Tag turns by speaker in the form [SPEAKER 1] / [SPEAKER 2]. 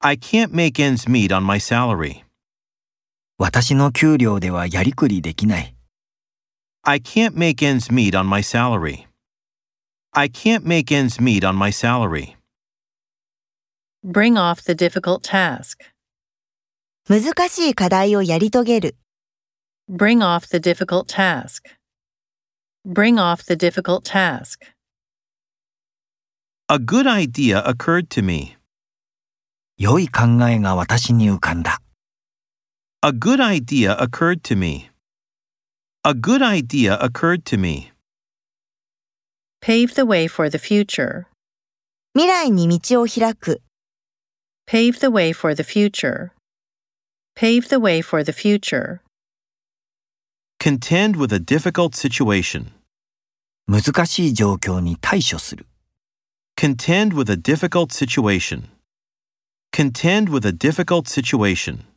[SPEAKER 1] I can't make ends meet on my salary.
[SPEAKER 2] 私の給料ではやりくりできない。
[SPEAKER 1] I can't make ends meet on my salary. I can't make ends meet on my salary.
[SPEAKER 3] Bring off the difficult task.
[SPEAKER 4] 難しい課題をやり遂げる。
[SPEAKER 3] Bring off the difficult task. Bring off the difficult task.
[SPEAKER 1] A good idea occurred to me.
[SPEAKER 2] 良い考えが私に浮かんだ。
[SPEAKER 1] A good idea occurred to me. A good idea occurred to me.
[SPEAKER 3] Pave the way for the future.
[SPEAKER 4] 未来に道を開く。
[SPEAKER 3] Pave the way for the future. Pave the way for the future.
[SPEAKER 1] Contend with a difficult situation.
[SPEAKER 2] 難しい状況に対処する。
[SPEAKER 1] Contend with a difficult situation. Contend with a difficult situation.